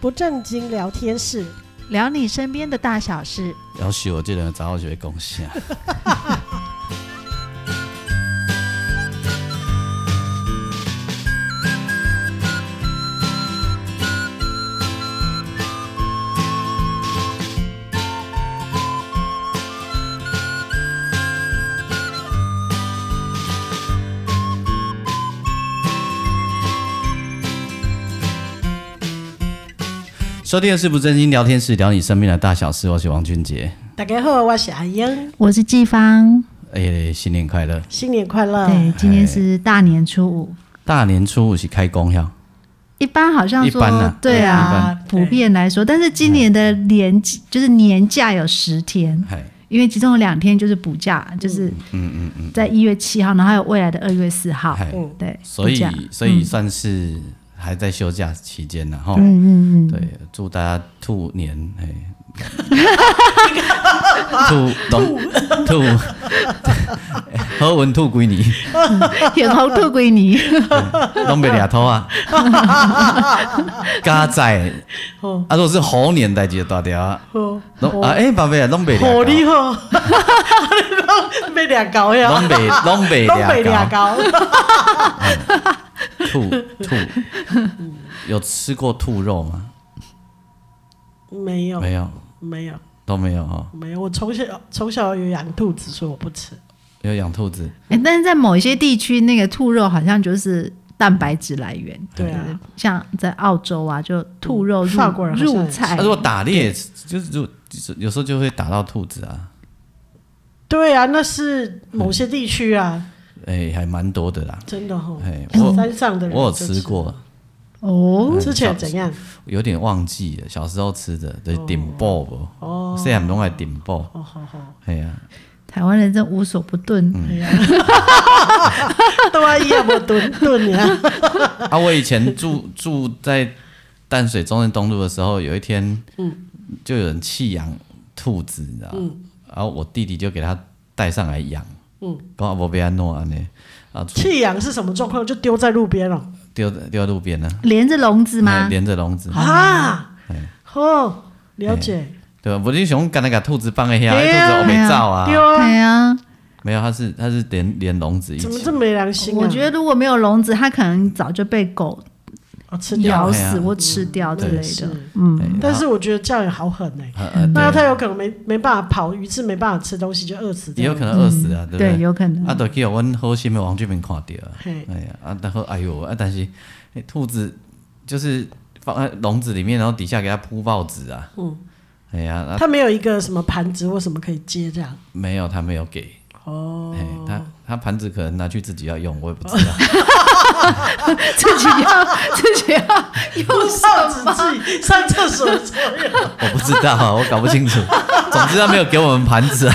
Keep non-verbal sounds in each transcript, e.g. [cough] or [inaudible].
不正经聊天室，聊你身边的大小事。要是我这人早就会贡献。 [laughs] 收听的是不正经聊天室，聊你身边的大小事。我是王俊杰，大家好，我是阿英，我是季芳，哎、新年快乐！新年快乐！对，今天是大年初五，大年初五是开工呀，一般好像说一般啊对对一啊般，普遍来说，但是今年的年就是年假有十天，哎，因为其中有两天就是补假，就是嗯嗯嗯，在一月七号，然后还有未来的二月四号，哎，嗯对，所补以 [laughs] 假嗯所以算是还在休假期间呢，哈。嗯嗯嗯，对，祝大家兔年 [laughs] 哎，兔龙兔， [laughs] 何文兔归你，有头兔归 [laughs] 你，东北俩头 [laughs] 啊，嘎仔，啊，如果是猴年代就大条啊，好，拢啊哎，宝贝啊，东北好厉俩害！ [laughs] 你讲被俩搞高，呀，东北东北东 [laughs] 北俩俩高，搞，啊兔兔， [laughs] 有吃过兔肉吗？没有，没有，没有，都没有哈。没有。我从小从小有养兔子，所以我不吃。有养兔子，诶哎但是在某一些地区，那个兔肉好像就是蛋白质来源。对啊，像在澳洲啊，就兔肉入法国人好像也入是菜啊、如，果打猎就是就就是有时候就会打到兔子啊，对啊，那是某些地区啊，哎、还蛮多的啦。真的哈。哎，我山上的人我有啊就嗯吃，过，哦，之前怎样？有点忘记了，小时候吃的，对顶爆不？哦，现在很爱顶爆。哦，好好，哎呀，台湾人真无所不炖，哎嗯呀，对啊，要不炖炖 [laughs] 呀，啊，我以前住住在淡水中正东路的时候，有一天，就有人弃养兔子，你知道吗？然后我弟弟就给他带上来养，嗯，跟阿伯被安诺安呢，啊，出弃养是什么状况？就丢在路边了丢在丢在路边呢，连着笼子哎吗？连着笼子。啊？哦，了解，对吧？我就想干那个兔子放在遐，哎对啊兔子我没照啊，丢啊，对啊，没有，它是它是连连笼子一怎么起，这么没良心啊？我觉得如果没有笼子，它可能早就被狗哦吃掉，咬哎死呀或吃掉之类是的。嗯，哎但是我觉得这样也好狠哎，呃呃那他有可能没没办法跑，鱼翅没办法吃东西就饿死这也有样，可能饿死啊，对不对，对？有可能啊，都去阮好心的王俊明看到啊，嘿，哎呀，啊，然后哎呦，啊，但是哎兔子就是放在笼子里面，然后底下给它铺报纸啊，嗯，哎呀，啊他没有一个什么盘子或什么可以接 [laughs] 这样，没有，他没有给，哦，哎，他他盘子可能拿去自己要用，我也不知道， [laughs] [laughs] 自己要自己要用上手吗？自己上厕 [laughs] 所的时候我不知道啊，我搞不清楚。总之他没有给我们盘子啊，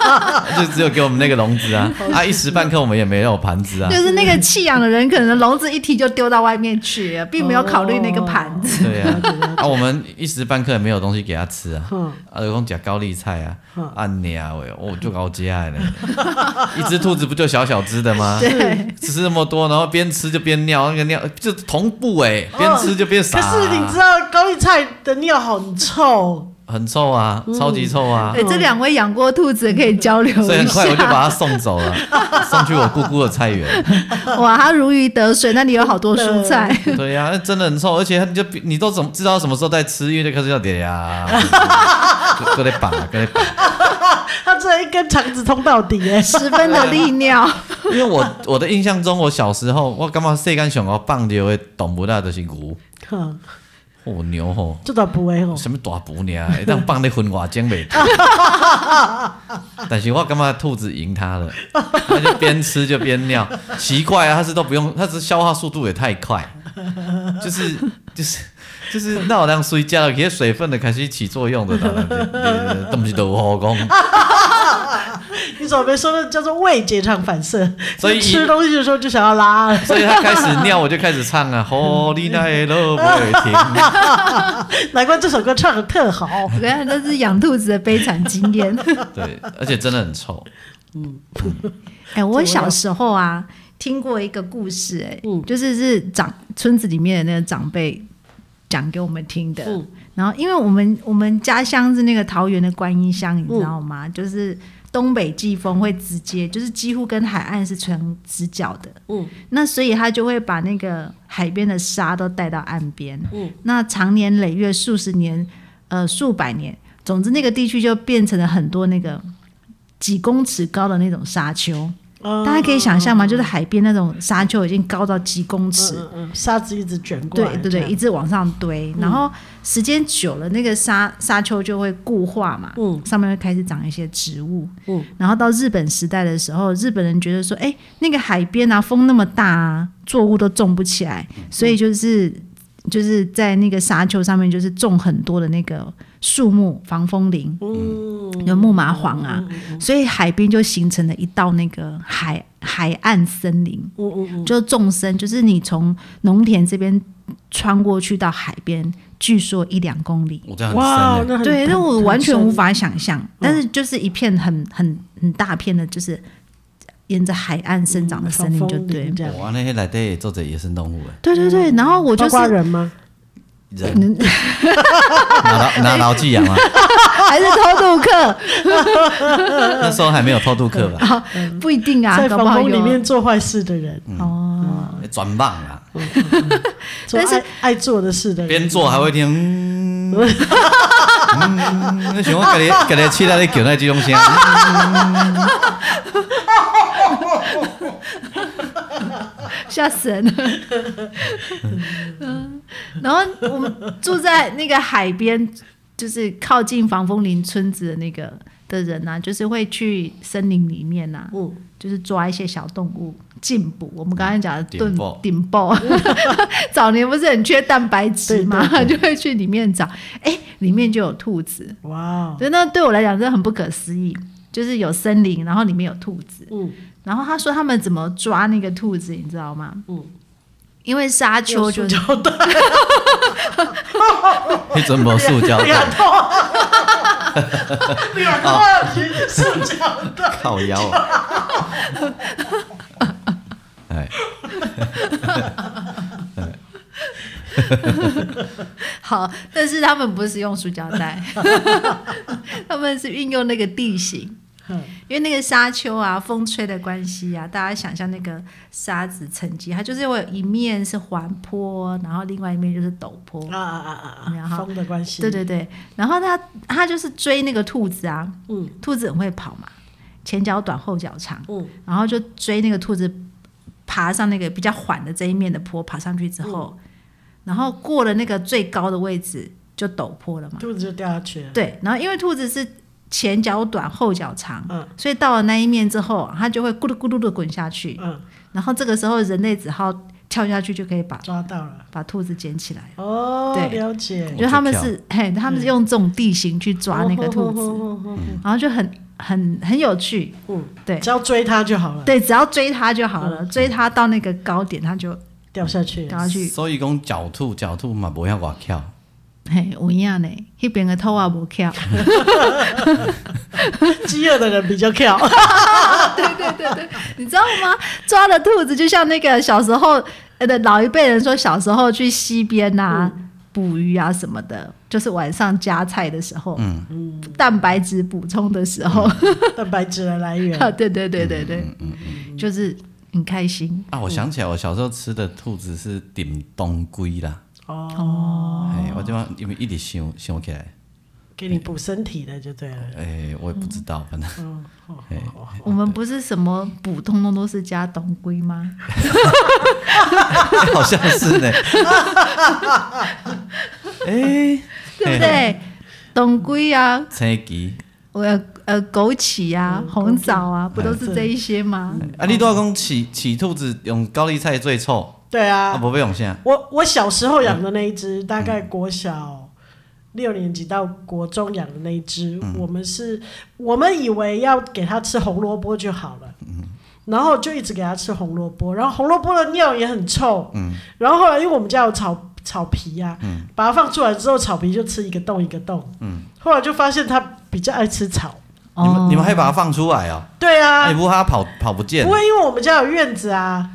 [laughs] 就只有给我们那个笼子啊，啊，一时半刻我们也没有盘子啊就，是那个弃养的人，可能笼子一踢就丢到外面去，并没有考虑那个盘 [laughs] 子。 [laughs] 对啊，啊，我们一时半刻也没有东西给他吃啊。嗯啊，有讲吃高丽菜啊，按你啊喂，我就搞家嘞。 [laughs] 一只兔子不就小小只的吗？对，吃那么多，然后边吃就边尿，那个尿就同步哎、边吃就边可撒、啊是你知道高丽菜的尿很臭，很臭啊，超级臭啊， [laughs] 哎，这两位养过兔子可以交流所以一很快我就下。把它送走了， [laughs] 送去我姑姑的菜园。 [laughs] 哇，它如鱼得水，那里有好多蔬菜。对啊呀、那真的很臭，而且它就比你都怎么知道什么时候在吃，因为就开始要点呀， [laughs] 搁在拔，搁在拔。它这一根肠子通到底 [laughs] 哎，十分的利尿， [laughs] [laughs] 因为我我的印象中，我小时候我感觉细干熊我放着会动不到就是牛，哼，哦牛吼、嗯这倒不会哦，什么大补呢？会当放咧分外精袂掉。但是我感觉兔子赢它了，它就边吃就边尿，奇怪啊，它是都不用，它是消化速度也太快，就是就是就是那我当睡觉了，给水分的开始起作用的，东西都好功。你怎么没说那叫做胃结肠反射？所以你吃东西的时候就想要 [laughs] 拉，所以它开始尿，我就开始唱啊，Holy Night 不会停。难怪这首歌唱的特好。我跟你讲，这是养兔子的悲惨经验。对，而且真的很臭。哎，我小时候啊，听过一个故事、哎、嗯就是是长村子里面的那个长辈讲给我们听的。嗯然后，因为我们我们家乡是那个桃园的观音乡，你知道嗯吗？就是东北季风会直接，就是几乎跟海岸是成直角的。嗯那所以它就会把那个海边的沙都带到岸边。嗯，那长年累月数十年，呃，数百年，总之那个地区就变成了很多那个几公尺高的那种沙丘。嗯大家可以想象嘛，就是海边那种沙丘已经高到几公尺，嗯嗯，沙子一直卷过来，嗯对对对，一一直往上堆，然后时间久了，那个沙沙丘就会固化嘛，嗯上面会开始长一些植物，嗯，然后到日本时代的时候，日本人觉得说，哎，那个海边啊，风那么大啊，作物都种不起来，嗯所以就是就是在那个沙丘上面，就是种很多的那个树木防风林，嗯有木麻黄啊，所以海边就形成了一道那个海海岸森林，嗯嗯嗯，就纵深，就是你从农田这边穿过去到海边，据说一两公里。我这样很哇，深欸的，那很对，那我完全无。很深嗯法想象，但是就是一片很很很大片的，就是沿着海岸生长嗯的森林，就对。这样，哇，那些来对做者野生动物对对对，然后我嗯就包括是人吗？人嗯拿劳拿劳寄 [laughs] 养啊， [laughs] 还是偷渡客，那时候还没有偷渡客啊吧，不一定啊，在搞防不好有风里面做坏事的人，哦，转棒啊，做但是爱爱做的事的人，边做还会听，嗯， [laughs] 嗯那想我给你给你期待你叫那几 [laughs] 种声，嗯吓死人了。嗯，然后我们住在那个海边，就是靠近防风林村子的那个的人呐、就是会去森林里面呐、啊嗯就是抓一些小动物进补。我们刚才讲的顶炖爆顶爆， [laughs] 早年不是很缺蛋白质嘛，就会去里面找。哎，里面就有兔子，哇哦，对，那对我来讲真的很不可思议，就是有森林，然后里面有兔子。嗯然后他说他们怎么抓那个兔子，你知道吗？嗯，因为沙丘就是 [laughs] 有塑胶袋那阵无 [laughs] 塑胶脸袋，痛啊，脸痛啊，其实塑胶袋，靠腰啊， [laughs] 哎，好，但是他们不是用塑胶 [laughs] 袋，他们是运用那个地形，嗯因为那个沙丘啊，风吹的关系啊，大家想象那个沙子沉积，它就是会有一面是环坡，然后另外一面就是陡坡。啊啊啊啊然啊，后风的关系，对，对对，然后它它就是追那个兔子啊，嗯兔子很会跑嘛，前脚短后脚长，嗯然后就追那个兔子，爬上那个比较缓的这一面的坡，爬上去之后，嗯然后过了那个最高的位置就陡坡了嘛。兔子就掉下去了，对，然后因为兔子是前脚短后脚长，嗯所以到了那一面之后，它就会咕噜咕噜的滚下去。嗯，然后这个时候人类只好跳下去就可以把抓到了，把兔子捡起来。哦，嗯对了解，就他们是嘿，他们是用这种地形去抓哦那个兔子，子，然后就很很很有趣。哦嗯，对只要追它就好了，对，只要追它就好了，追它到那个高点，它就掉下去然，后去所以讲狡兔狡兔嘛，无遐外巧，嘿，有影呢，迄边的兔仔无翘， [laughs] 饥饿的人比较跳， [laughs] 你知道吗？抓了兔子就像那个小时候呃的老一辈人说，小时候去溪边啊、捕鱼啊什么的，就是晚上夹菜的时候，嗯蛋白质补充的时候，蛋白质的来啊，源，对对对对对，就是很开心。啊，我想起来，我小时候吃的兔子是顶冬龟啦，哦，哎，我这边因为一直想想起来，给你补身体的就对了，哎，我也不知道，反正嗯，哦哎，我们不是什么补，通通都是加冬龟吗？ [laughs] 好像是呢， [laughs] 哎，对不对？冬龟啊，青鸡。我呃呃枸杞啊、红枣啊，不都是这一些吗？啊，你都要讲起起兔子用高丽菜最臭，对啊，啊，不被用啥？我我小时候养的那一只，大概国小六年级到国中养的那一只，嗯我们是我们以为要给它吃红萝卜就好了，嗯然后就一直给它吃红萝卜，然后红萝卜的尿也很臭，嗯然后后来因为我们家有草草皮呀、把它放出来之后，草皮就吃一个洞一个洞，嗯后来就发现它比较爱吃草，你们你们还把它放出来哦？对哦啊，哎，不过它跑跑不见嗯不，会，因为我们家有院子啊，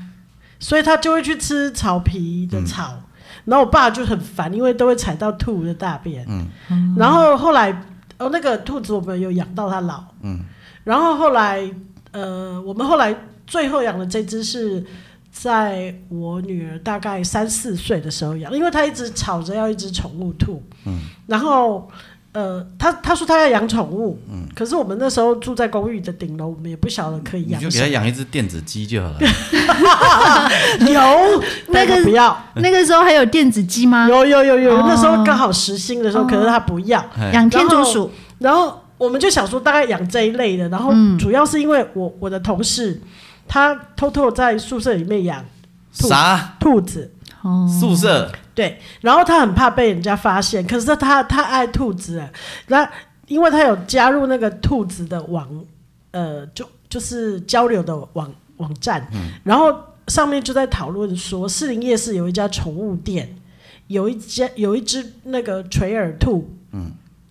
所以它就会去吃草皮的草。然后我爸就很烦，因为都会踩到兔的大便。嗯然后后来哦，那个兔子我们有养到它老。嗯然后后来呃，我们后来最后养的这只是。在我女儿大概三四岁的时候养，因为她一直吵着要一只宠物兔，嗯然后呃，她她说她要养宠物，嗯可是我们那时候住在公寓的顶楼，我们也不晓得可以你养就给什他么，养一只电子鸡就好了。 [laughs] 有那但个她不要， [laughs] 那个时候还有电子鸡吗？有有有有，哦那时候刚好实薪的时候，可是她不要，哎养天竺鼠，然后我们就想说大概养这一类的，然后嗯主要是因为我我的同事他偷偷在宿舍里面养兔啥兔子，哦，宿舍？对，然后他很怕被人家发现，可是他他爱兔子啊，那因为他有加入那个兔子的网，呃，就就是交流的网网站，然后上面就在讨论说，士林夜市有一家宠物店，有一家有一只那个垂耳兔，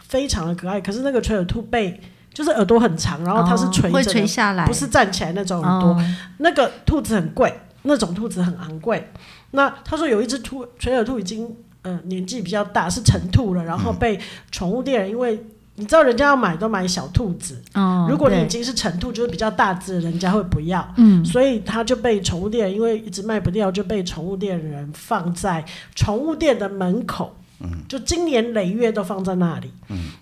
非常的可爱，可是那个垂耳兔被就是耳朵很长，然后它是垂哦会着的，垂下来，不是站起来那种耳朵，哦那个兔子很贵，那种兔子很昂贵。那他说有一只兔垂耳兔已经呃年纪比较大，是成兔了，然后被宠物店人因为。你知道人家要买都买小兔子，哦，如果你已对经是成兔，就是比较大只的，人家会不要，嗯所以他就被宠物店，因为一直卖不掉，就被宠物店人放在宠物店的门口，就经年累月都放在那里。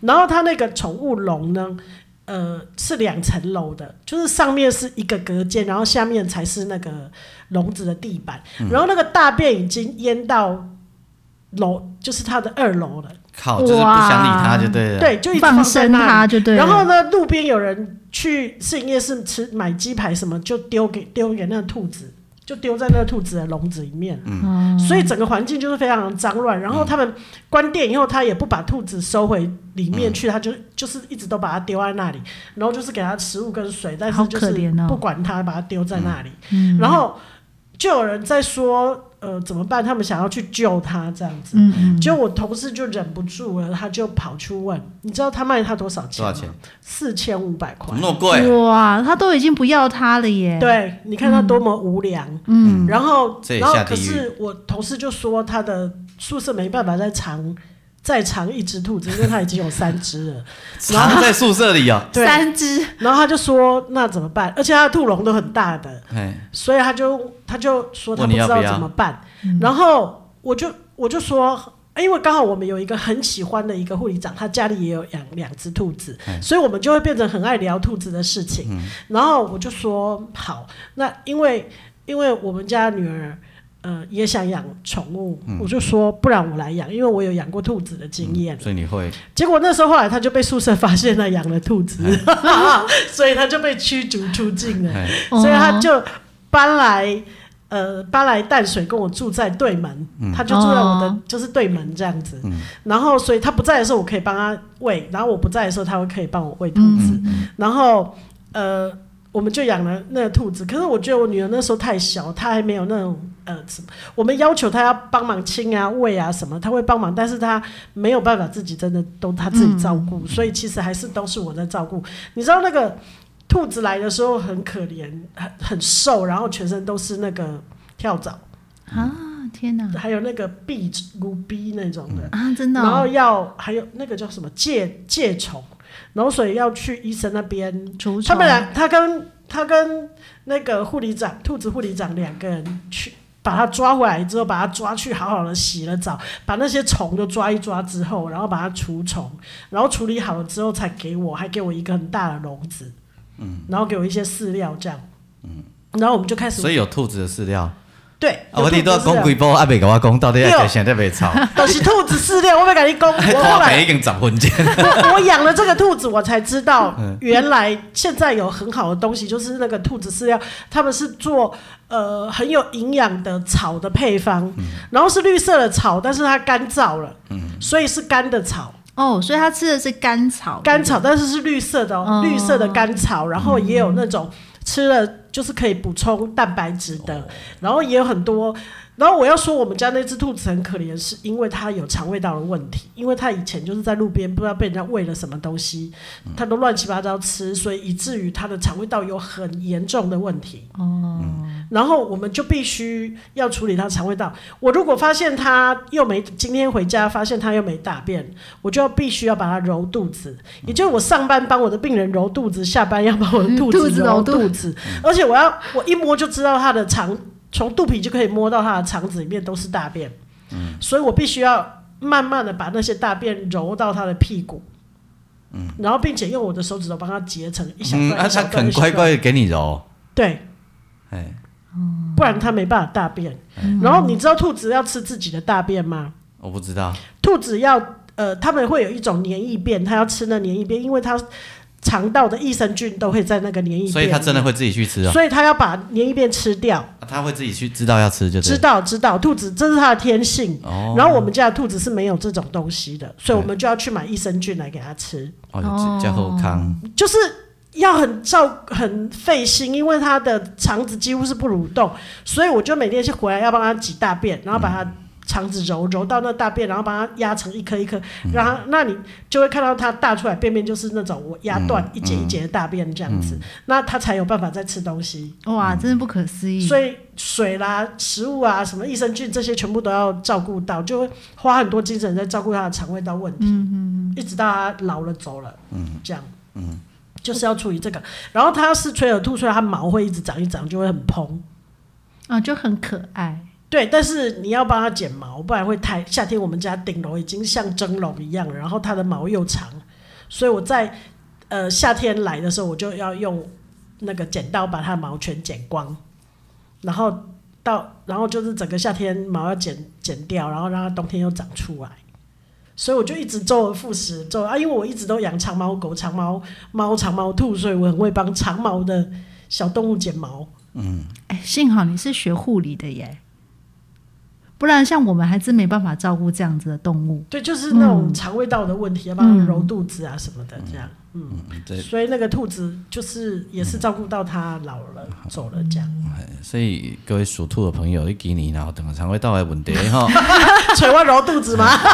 然后他那个宠物笼呢，呃，是两层楼的，就是上面是一个隔间，然后下面才是那个笼子的地板。然后那个大便已经淹到楼，就是它的二楼了，靠，就是不想理他就对了。，啊对，就一直放在生那里它就对了。然后呢，路边有人去市营夜市吃买鸡排什么，就丢给丢给那个兔子，就丢在那个兔子的笼子里面。嗯哦所以整个环境就是非常的脏乱。然后他们关店以后，他也不把兔子收回里面嗯去，他就就是一直都把它丢在那里，然后就是给它食物跟水，但是好就可是怜哦不管它，把它丢在那里。嗯然后就有人在说，呃，怎么办？他们想要去救它这样子。嗯嗯，就我同事就忍不住了，他就跑去问，你知道他卖他多少钱多吗？少钱？四千五百块怎么。那么贵？哇，他都已经不要它了耶。，对，你看他多么无良。嗯，然后，这也然后下地可狱是我同事就说他的宿舍没办法再藏再藏一只兔子，因为他已经有三只了。 [laughs] 藏在宿舍里 [laughs] 哦。对，三只，然后他就说那怎么办？而且他的兔笼都很大的，哎，所以他就他就说他问不你知要不道要怎么办，然后我就我就说，哎因为刚好我们有一个很喜欢的一个护理长，他家里也有养两只兔子，哎所以我们就会变成很爱聊兔子的事情。嗯然后我就说好，那因为因为我们家女儿。呃，也想养宠物，嗯我就说不然我来养，因为我有养过兔子的经验。所以你会结果那时候后来他就被宿舍发现了养了兔子， [laughs] 所以他就被驱逐出境了。哎， [laughs] 所以哦他就搬来呃搬来淡水跟我住在对门，他就住在我的、哦就是对门这样子。然后所以他不在的时候我可以帮他喂，然后我不在的时候他会可以帮我喂嗯哦兔子。然后呃我们就养了那个兔子，可是我觉得我女儿那时候太小，她还没有那种呃什么，我们要求她要帮忙亲啊喂啊什么，她会帮忙，但是她没有办法自己真的都她自己照嗯顾，所以其实还是都是我在照顾。你知道那个兔子来的时候很可怜，很很瘦，然后全身都是那个跳蚤，啊，天哪还有那个壁骨壁那种的，啊，真的然后哦，要还有那个叫什么疥疥虫，然后所以要去医生那边。除他虫们啊俩，他跟他跟那个护理长，兔子护理长两个人去。把它抓回来之后，把它抓去好好的洗了澡，把那些虫都抓一抓之后，然后把它除虫，然后处理好了之后才给我，还给我一个很大的笼子，嗯，然后给我一些饲料这样，嗯，然后我们就开始，所以有兔子的饲料。对，啊，我有啊你都要兔子饲讲料几波，阿未甲我讲，到底要对在现在被 [laughs] 吵， [laughs] 都是兔子饲料，我没跟你讲， [laughs] 我后拖来肥已经十分 [laughs] 钟。 [laughs] 我我养了这个兔子，我才知道原来现在有很好的东西，就是那个兔子饲料，他们是做呃很有营养的草的配方，然后是绿色的草，但是它干燥了，所以是干的草，哦，所以他吃的是甘草，干草，但是是绿色的哦，哦绿色的干草，然后也有那种吃了就是可以补充蛋白质的，然后也有很多。然后我要说，我们家那只兔子很可怜，是因为它有肠胃道的问题，因为它以前就是在路边不知道被人家喂了什么东西，它都乱七八糟吃，所以以至于它的肠胃道有很严重的问题。哦，然后我们就必须要处理它肠胃道。我如果发现它又没今天回家发现它又没大便，我就要必须要把它揉肚子，也就是我上班帮我的病人揉肚子，下班要帮我的嗯肚肚子子揉揉肚肚子，而且我要我一摸就知道它的肠，从肚皮就可以摸到它的肠子里面都是大便，所以我必须要慢慢的把那些大便揉到它的屁股。然后，并且用我的手指头帮它结成一小嗯，段啊，一小他段，肯一小乖段乖的给你揉，对，哎，不然它没办法大便。然后你知道兔子要吃自己的大便吗？我不知道，兔子要呃，它们会有一种黏液便，它要吃那黏液便，因为它肠道的益生菌都会在那个黏液便，所以他真的，会自己去吃哦，所以它要把黏液便吃掉。啊他会自己去知道要吃就知对。道知道，兔子这是它的天性。哦然后我们家的兔子是没有这种东西的，所以我们就要去买益生菌来给它吃。哦，叫后康，就是要很照很费心，因为它的肠子几乎是不蠕动，所以我就每天是回来要帮它挤大便，然后把它肠子揉揉到那大便，然后把它压成一颗一颗，然后那你就会看到它大出来便便就是那种我压断一节一节的大便这样子，那它才有办法再吃东西。哇，真的不可思议。所以水啦、食物啊、什么益生菌这些全部都要照顾到，就会花很多精神在照顾它的肠胃道问题。一直到它老了走了，这样，就是要处理这个。然后它是垂耳兔，所以它毛会一直长一长，就会很蓬。啊，就很可爱。对，但是你要帮它剪毛，不然会太。夏天我们家顶楼已经像蒸笼一样，然后它的毛又长，所以我在呃夏天来的时候，我就要用那个剪刀把它的毛全剪光，然后到然后就是整个夏天毛要剪剪掉，然后让它冬天又长出来。所以我就一直周而复始，周啊，因为我一直都养长毛狗、长毛猫、长毛兔，所以我很会帮长毛的小动物剪毛。哎，幸好你是学护理的耶，不然像我们还真没办法照顾这样子的动物。对，就是那嗯种肠胃道的问题，要帮它揉肚子啊什么的，这样。嗯，对，所以那个兔子就是也是照顾到它老了、嗯走了这样，所以各位属兔的朋友，你今年哦然后等肠胃道的问题吼， [laughs] 捶我揉肚子吗？ [laughs]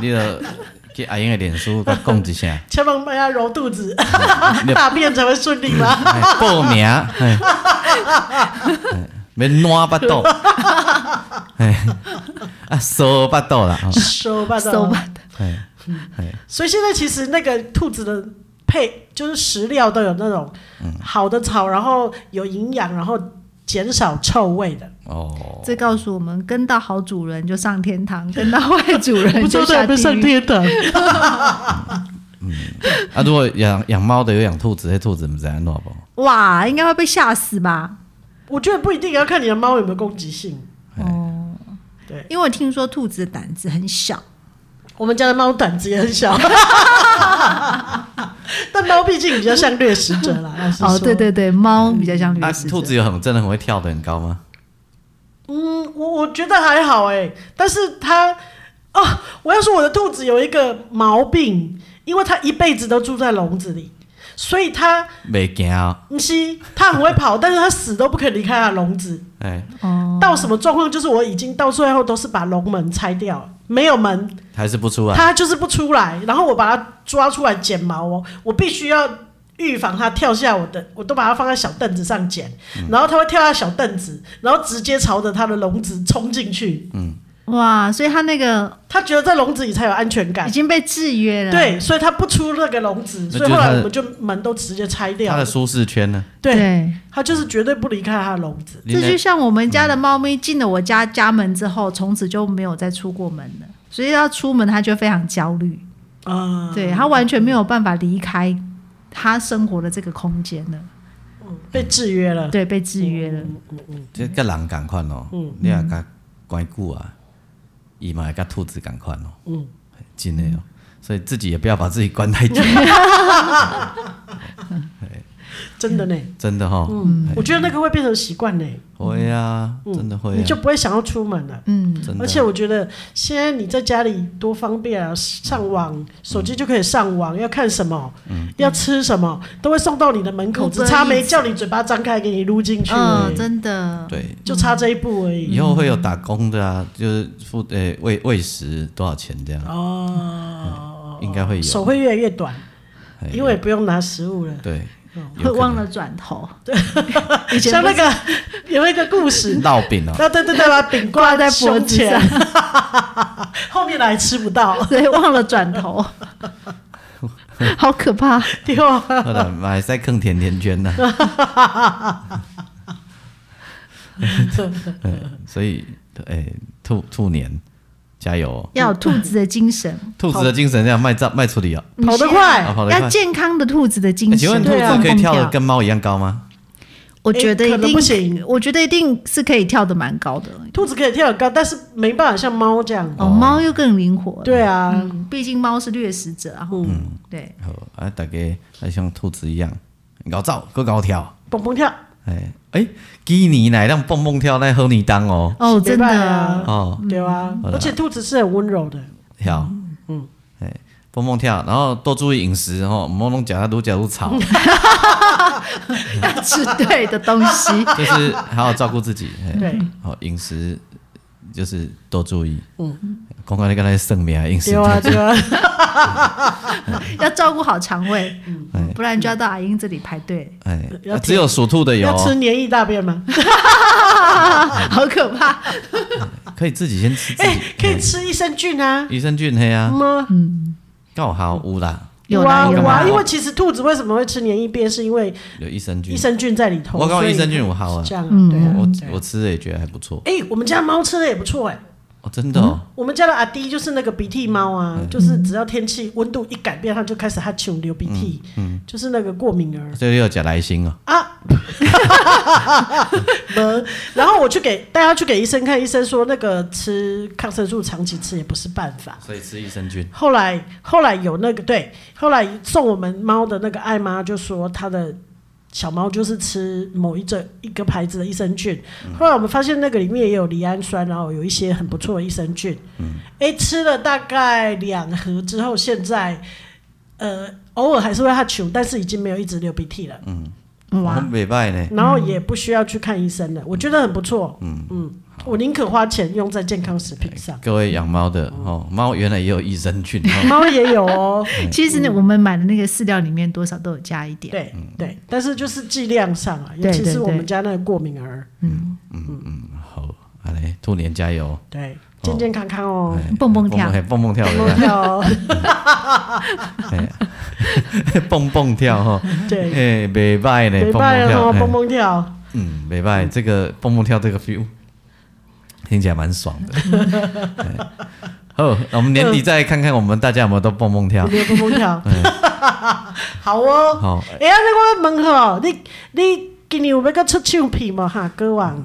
你就去阿英的脸书甲讲一声，千万不要揉肚 [laughs] 子，你就大便才会顺利吗？哎报名，哎哎免烂 [laughs] 巴肚，哎，啊，缩巴肚啦，吼哦收吧，手吧，哎，哎，所以现在其实那个兔子的配就是食料都有那种嗯好的草，然后有营养，然后减少臭味的。哦，这告诉我们，跟到好主人就上天堂，跟到坏主人就下地狱。天堂？啊，如果养养猫的有养兔子，迄兔子毋知安怎无？哇，应该会被吓死吧？我觉得不一定要看你的猫有没有攻击性。哦，对，因为我听说兔子的胆子很小，我们家的猫胆子也很 [laughs] 小，但猫毕竟比较像掠食者啦。老实说哦，对，对对，猫比较像啊掠食，兔者。子有很真的很会跳的很高吗？嗯，我我觉得还好哎、但是它哦，我要说我的兔子有一个毛病，因为它一辈子都住在笼子里，所以它袂惊哦，不是它很会跑，但是它死都不肯离开它的笼子。哎，哦，到什么状况？就是我已经到最后都是把笼门拆掉了，没有门，还是不出来。它就是不出来，然后我把它抓出来剪毛哦，我必须要预防它跳下我的，我都把它放在小凳子上剪，嗯然后它会跳下小凳子，然后直接朝着它的笼子冲进去，哇，所以它那个它觉得在笼子里才有安全已感。经被制约了。，对，所以它不出那个笼子，那所以就是后它来的我们就门都直接拆掉它的。舒适圈呢？对，对它就是绝对不离开它的笼子。你这就呢像我们家的猫咪进了我家家门之后，从此就没有再出过门了，所以要出门它就非常焦虑，啊、对它完全没有办法离开它生活的这个空间了，被制约了。对，被制约了。这跟人共款哦，嗯你也甲关顾啊，伊嘛会甲兔子共款哦，嗯，真的哦，嗯所以自己也不要把自己关太紧。真的呢。真的哦哈，嗯，我觉得那个会变成习惯呢，会啊，真的会嗯你啊，就不会想要出门了。嗯，真的而且我觉得现在你在家里多方便啊，上网手机就可以上网，要看什么，嗯要吃什么，都会送到你的门口， Uber 只差没 Eats 叫你嘴巴张开给你撸进去而嗯，已，真的，对。就差这一步而以已。后会有打工的嗯啊，就是付诶、喂喂食多少钱这样，嗯哦，应该会有手会越来越短，哎因为不用拿食物了。对，有会可忘能了转头， [laughs] 以前像不那是个 [laughs] 有一个故事，烙饼 [laughs] 哦，那对对对，把饼挂在脖胸子前， [laughs] 后面来吃不到， [laughs] [laughs] 对，忘了转头，好可怕。对哦吧？后来买在坑甜甜 [laughs] 圈呢、嗯所以诶、兔兔年加油、哦，要有兔子的精神，兔子的精神这样卖账卖出力哦。 [laughs] 跑得快啊，跑得要快健康的兔子的精诶神。请问兔对啊子可以跳蹦的蹦跟猫一样高吗？我觉得诶一可能定不行我觉得一定是可以跳得蛮高的。哦兔子可以跳得高，但是没办法像猫这样。哦，猫又更灵活。对啊，嗯，毕竟猫是掠食者啊。嗯，对，好啊，大家要像兔子一样高照，够高跳。蹦蹦跳，诶诶，哎基尼奶让蹦蹦跳，那喝你当哦哦，真没办法的啊，哦，对啊，好啦而且兔子是很温柔的，跳，嗯，诶，蹦蹦跳，然后多注意饮食哦，莫弄脚下撸脚撸草， [laughs] 嗯要吃对的东西。 [laughs] 就是还要照顾自己。诶对，好，饮食就是多注意。嗯，刚刚你刚才剩命饮食对，啊，对 [laughs] 啊，要照顾好肠胃，嗯不然就要到阿英这里排队，哎要，只有属兔的有要吃哦，黏液大便吗？ [laughs] 好可怕。可以自己先吃自哎己，。可以吃益生菌啊，益生菌黑啊，吗？够好有啦，嗯有啦啊有有啦啊，，因为其实兔子为什么会吃黏液便，是因为有益生菌益。生菌在里头。我刚所刚以益生菌有好啊是，这样嗯啊，对啊我对啊我吃的也觉得还不错哎、我们家猫吃的也不错哎、哦，真的哦，我们家的阿迪就是那个鼻涕猫啊，嗯就是只要天气温度一改变，它就开始哈啾流鼻涕，嗯就是那个过敏儿 [laughs] 所以有假来心哦，啊。没呃然后我去给带它去给医生看，医生说那个吃抗生素长期吃也不是办法。所以吃益生菌后来后来有那个对，后来送我们猫的那个爱妈就说她的。小猫就是吃某一种一个牌子的益生菌，后来我们发现那个里面也有赖氨酸，然后有一些很不错的益生菌。哎、吃了大概两盒之后，现在呃偶尔还是会哈球，但是已经没有一直流鼻涕了，哇，哇，美拜哦呢，然后也不需要去看医生了，我觉得很不错。嗯嗯，我宁可花钱用在健康食品上，各位养猫的哦，猫原来也有益生 [laughs] 菌 [laughs] 哦，猫也有哦。嗯其实呢，我们买的那个饲料里面多少都有加一点。对对，但是就是剂量上啊，尤对其对是我对们家那个过敏儿，嗯好，好嘞，兔年加油，对，健健康康哦，哎蹦蹦跳嘿蹦蹦跳，多跳 [laughs] 哦，嘿 [laughs] 蹦蹦跳哈， [laughs] 对，哎，美拜呢，没蹦办法蹦跳，哦，嘿蹦蹦跳，嗯，没办法，这个蹦蹦跳这个 feel 听起来蛮爽 [laughs] 的。好，那我们年底再看看我们大家有没有都蹦蹦跳有。没有蹦蹦跳？ [laughs] 好哦。好，哎呀，那我问吼，你你今年有要搁出唱片无哈？歌王，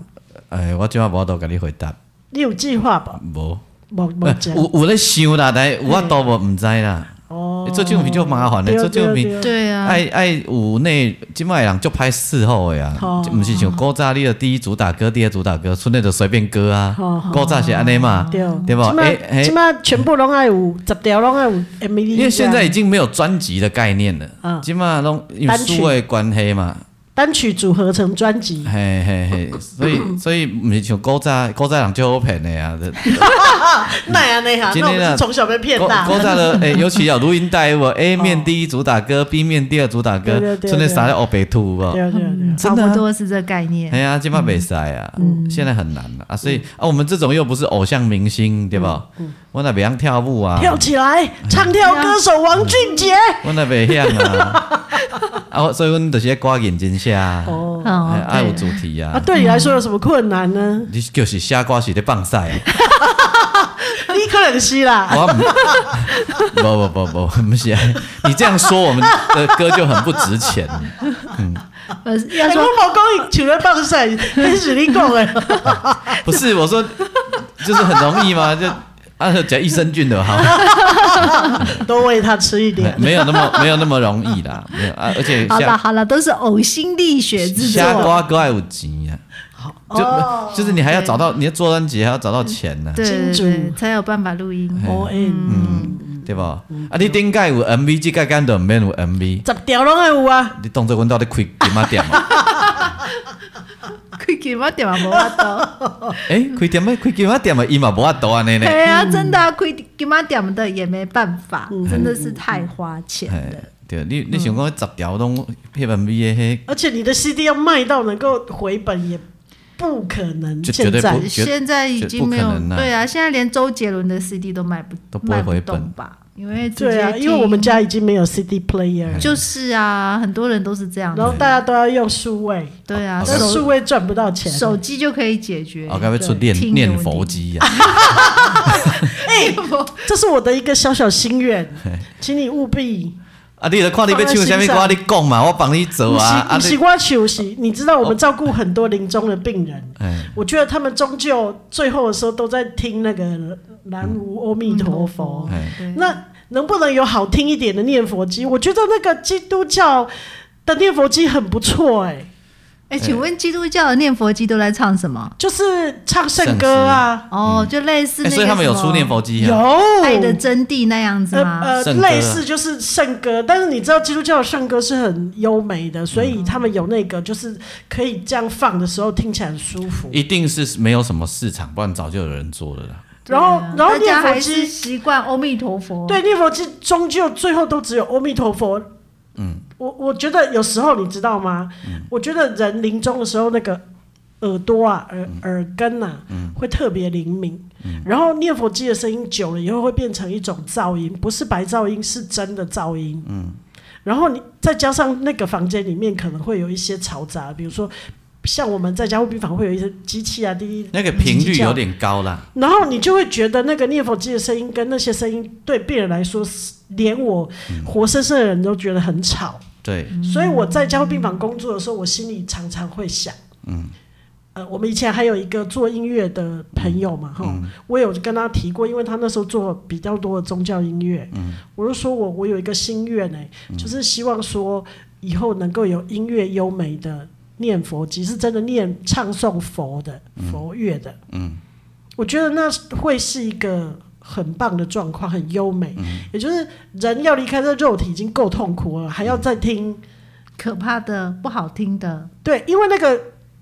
哎，我今晚无都跟你回答，你有计划无？无。无无呃讲有有咧想啦，但有我都无唔知啦。哦做这种片就麻烦嘞，做这种片对对啊，爱爱有内，即卖人就拍事后的啊，哦就毋是像古早你的第一主打歌、第二主打歌，剩内就随便歌啊哦。古早是安尼嘛，对对不？哎即哎即，马全部拢爱有，十条拢爱有 MV，因为现在已经没有专辑的概念了，嗯即卖拢因为单曲数位关系嘛，单曲组合成专辑，嘿嘿嘿，所嗯以所以毋是像古早古早人就好骗的啊，那样那样，今那我天啊们是从小被骗古大的。古 [laughs] 早的诶，尤其有录音带有无 A 面第一主打歌，B 面第二主打歌哦对对，对剩内啥咧黑白兔无？对啊对啊对啊，差真的不啊多是这个概念哎。呀，金马比赛啊，现在很难了啊，所以啊，我们这种又不是偶像明星，对吧？我那边跳舞啊，跳起来，唱跳歌手王俊杰。我那边像啊，啊，我所以我们就是挂眼睛下，哦，哦哎，爱有主对题啊，啊，对你来说有什么困难 [laughs] 呢？你就是瞎挂是在放赛啊，你可能是啦，我不不不不 [laughs] 不，不是啊，你这样说我们的歌就很不值钱，呃，要哎我说某公请人放晒，跟史力共哎， [laughs] 不是我说就是很容易吗？就啊，讲益生菌的好，多喂它吃一点。没有那么没有那么容易啦，没有啊，而且好了虾好了，都是呕心沥血之虾作。瓜哥还有急啊，就、哦就是你还要找到你的做专辑还要找到钱啊呢、对对金对，主才有办法录音。哎 all in，对不？啊，嗯你顶届有 MV，即届敢都免有 MV，十条拢爱有啊，你当作阮到底开点 [laughs] 啊店嘛？快给我点啊，无法度。诶，开点啊，开点啊店嘛，伊嘛无法度安尼呢。对啊，真的啊，快给我点的也没办法，嗯真的是太花钱哎了。，对，你你想讲十条拢迄 MV 的而且你的 CD 要卖到能够回本也不可能，就现绝对在不绝现在已经没不有可能啊对啊，现在连周杰伦的 CD 都卖不都不会卖不回本动吧？因为直接对啊，因为听我们家已经没有 CD 嗯 player，就是啊，很多人都是这样然后的。大家都要用数位，对啊，好但像手数位赚不到钱。手机就可以解决。迄，我该要出对念听的念问题佛机啊， [laughs] 哎，这是我的一个小小心愿，请你务必。 [laughs] 啊，你著看你要唱啥物歌，你讲嘛，我帮你做 [laughs] 你啊，啊习你习你，惯休息，你知道我们照顾很多临终的病人，哎，我觉得他们终究最后的时候都在听那个“南无阿弥陀佛”嗯哎对那能不能有好听一点的念佛机？我觉得那个基督教的念佛机很不错、哎，哎，请问基督教的念佛机都在唱什么？就是唱圣歌啊，哦，就类似那哎个所以他们有什么出念佛机有啊，爱的真谛那样子呃吗？呃，圣歌啊类似就是圣歌，但是你知道基督教的圣歌是很优美的，所嗯以他们有那个就是可以这样放的时候听起来很舒服。一定是没有什么市场，不然早就有人做了啦。对然啊后然后大家念佛还是机习惯阿弥陀佛。对，念佛机终究最后都只有阿弥陀佛。嗯，我我觉得有时候你知道吗？我觉得人临终的时候，那个耳朵啊、耳耳根啊，会特别灵敏。然后念佛机的声音久了以后，会变成一种噪音，不是白噪音，是真的噪音。嗯，然后你再加上那个房间里面可能会有一些嘈杂，比如说像我们在家务病房会有一些机器啊、滴滴嗯那个频率叫有点高啦，然后你就会觉得那个念佛机的声音跟那些声音对病人来说是，连我活生生的人都觉得很吵。对，所以我在加护病房工作的时候，我心里常常会想，嗯，呃，我们以前还有一个做音乐的朋友嘛，哈、我有跟他提过，因为他那时候做比较多的宗教音乐，嗯，我就说我我有一个心愿呢、就是希望说以后能够有音乐优美的念佛集，是真的念唱诵佛的佛乐的，嗯，我觉得那会是一个。很棒的状况，很优美，也就是人要离开这肉体已经够痛苦了，还要再听可怕的、不好听的，对，因为那个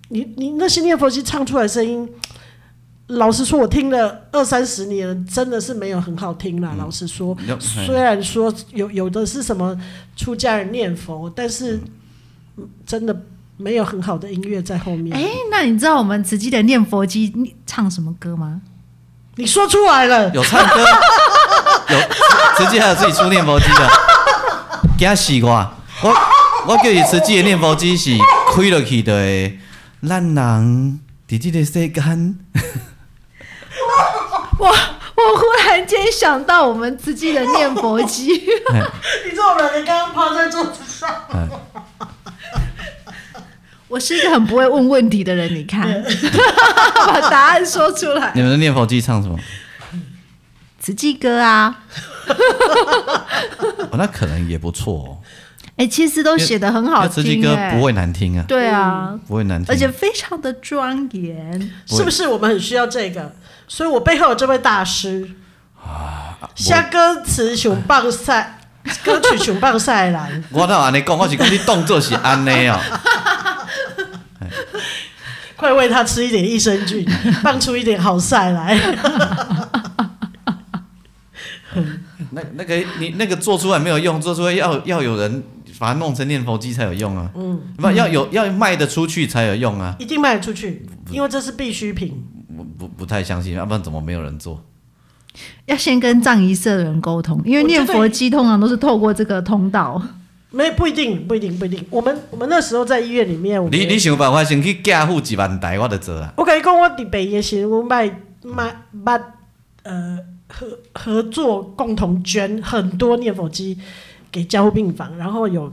你你那些念佛机唱出来的声音，老实说，我听了二三十年，真的是没有很好听嗯啦。老实说，要虽然说有有的是什么出家人念佛，但是嗯真的没有很好的音乐在后面。哎，那你知道我们慈济的念佛机唱什么歌吗？你说出来了，有 [laughs] 唱歌，有慈济还有自己出念佛机的，惊死我！我我叫伊慈济的念佛机是开落去的，咱人伫即个世间，我我忽然间想到我们慈济的念佛机，你知道我们两个刚刚趴在桌子上，我是一个很不会问问题的人，你看， [laughs] 把答案说出来。你们的念佛机唱什么？慈济歌啊，哦，那可能也不错哦。哎、其实都写的很好因为慈济听、歌哎，不会难听啊，对啊，不会难听。而且非常的庄严。不会是不是我们很需要这个？所以我背后有这位大师，啊我下歌词熊棒 [laughs] 赛，歌曲熊棒赛兰。我哪有安尼讲，我是讲你动作是安尼哦。快喂它吃一点益生菌， [laughs] 放出一点好晒来。 [laughs] 那那个你那个做出来没有用，做出来要要有人把它弄成念佛机才有用啊。嗯，不要有要卖得出去才有用啊。一定卖得出去，因为这是必需品。我不不太相信，啊要不然怎么没有人做？要先跟藏仪社的人沟通，因为念佛机通常都是透过这个通道。没不一定，不一定，不一定。我们我们那时候在医院里面，我们你你想办法先去寄付一万台，我就做啊啦。我跟你讲，我伫北医的时候，我卖卖卖呃合合作共同捐很多念佛机给加护病房，然后有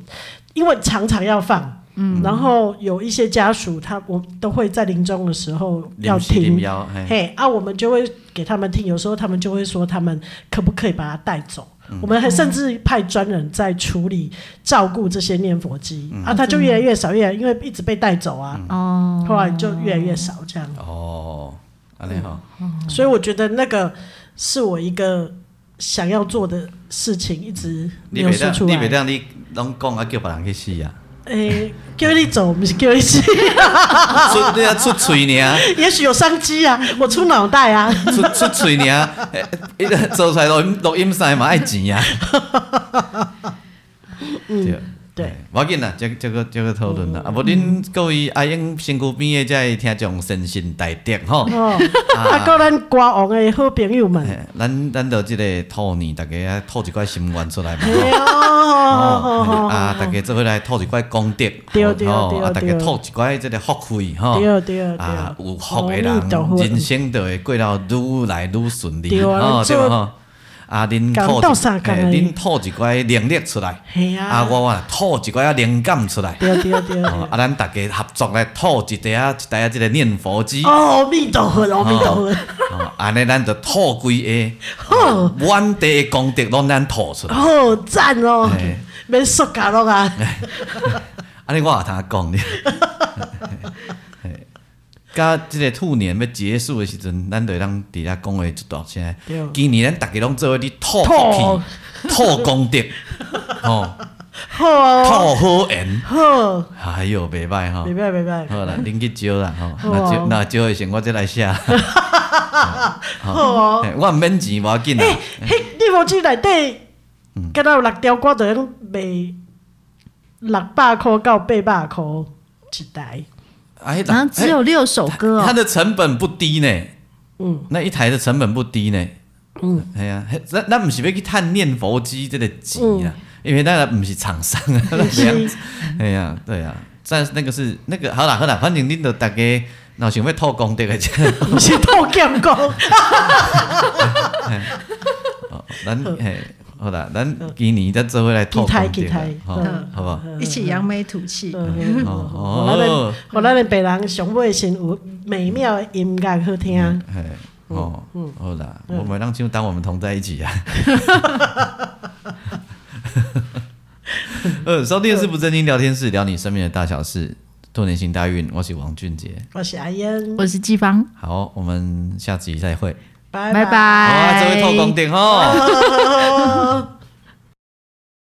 因为常常要放，嗯，然后有一些家属他我都会在临终的时候要零七零听，幺，嘿，嘿啊，我们就会给他们听，有时候他们就会说他们可不可以把他带走。我们还甚至派专人在处理照顾这些念佛机、啊，他就越来越少，越来因为一直被带走啊，哦，后来就越来越少这样。哦，安尼嗯吼，所以我觉得那个是我一个想要做的事情，一直没你有袂说出当，你袂来。当，你拢讲啊，叫别人去 [laughs] 死啊，诶、叫你走，不是叫你去，出你啊出喙尔，也许有商机啊，我出脑袋啊。出出喙 [laughs] 尔，嘿伊个做出来录音录音师嘛爱钱啊，对。嗯对嗯嘿，无要紧啦，这这个这个讨论啦，啊，无恁各位阿英身躯边的这些听众深信大德吼，哦， [laughs] 哎啊，啊够咱歌王的好朋友们。嘿咱咱就即个兔年，大家啊吐一寡心愿出来嘛。哎吼呦哦，嘿哦，啊，大家做伙来吐一寡功德，对吼对吼对啊，大对家吐一寡即个福气吼，对对对啊，有福的阿弥陀人，佛人生就会过到愈来愈顺利，对啊吼，对做吧吼？啊，恁讲吐到一，三嘿讲的恁吐一寡能力出来，嘿啊啊，我我吐一寡啊灵感出来，对对对对。哦，啊，咱大家合作来吐一台啊一台啊即个念佛机，哦，密豆粉，哦，密豆粉，哦，安尼咱就吐几个，哦哦满地的功德拢咱吐出来。哦，赞哦嘿，免说假咯啊。哎安尼我也有通啊 [laughs] 讲你。甲即个兔年要结束的时阵，咱就会当伫遐讲话一段声对。今年咱逐个拢做伙伫吐吐气、吐功 [laughs] 德，吼，好哦，吐好言，好，哎哟，袂歹啊吼明。白明白。好啦，恁去招啦好吼，哦若招若招的时候我再来写。好哦嘿我毋免钱无要紧啦诶，，迄你无记内底，嗯敢若有六条歌就用卖六百箍到八百箍一 [laughs] 台，哎，然后只有六首歌它哦，的成本不低呢，嗯，那一台的成本不低呢。嗯，系啊，嘿咱咱毋是要去探念佛机这个钱啊，因为咱也毋是厂商啊，咱嗯 [laughs] 是两，系啊，对啊，但是那个是那个好啦好啦，反正恁都大家若想要透功德的， [laughs] 毋是偷剑讲，哦咱嘿好啦，咱今年再做回来透功德期待期，啦待好嗯，哦好不好？一起扬眉吐气。嗯哦互咱的哦，互咱的白人上尾先有美妙的音乐好听，嘿，哦，好啦，我们让就当我们同在一起啊。 [laughs] 呃，收听的是不正经聊天室，聊你生命的大小事，兔年行大运。我是王俊杰，我是阿燕，我是季芳，好，我们下集再会。拜拜拜。拜。好啊，这位透光点哦。哦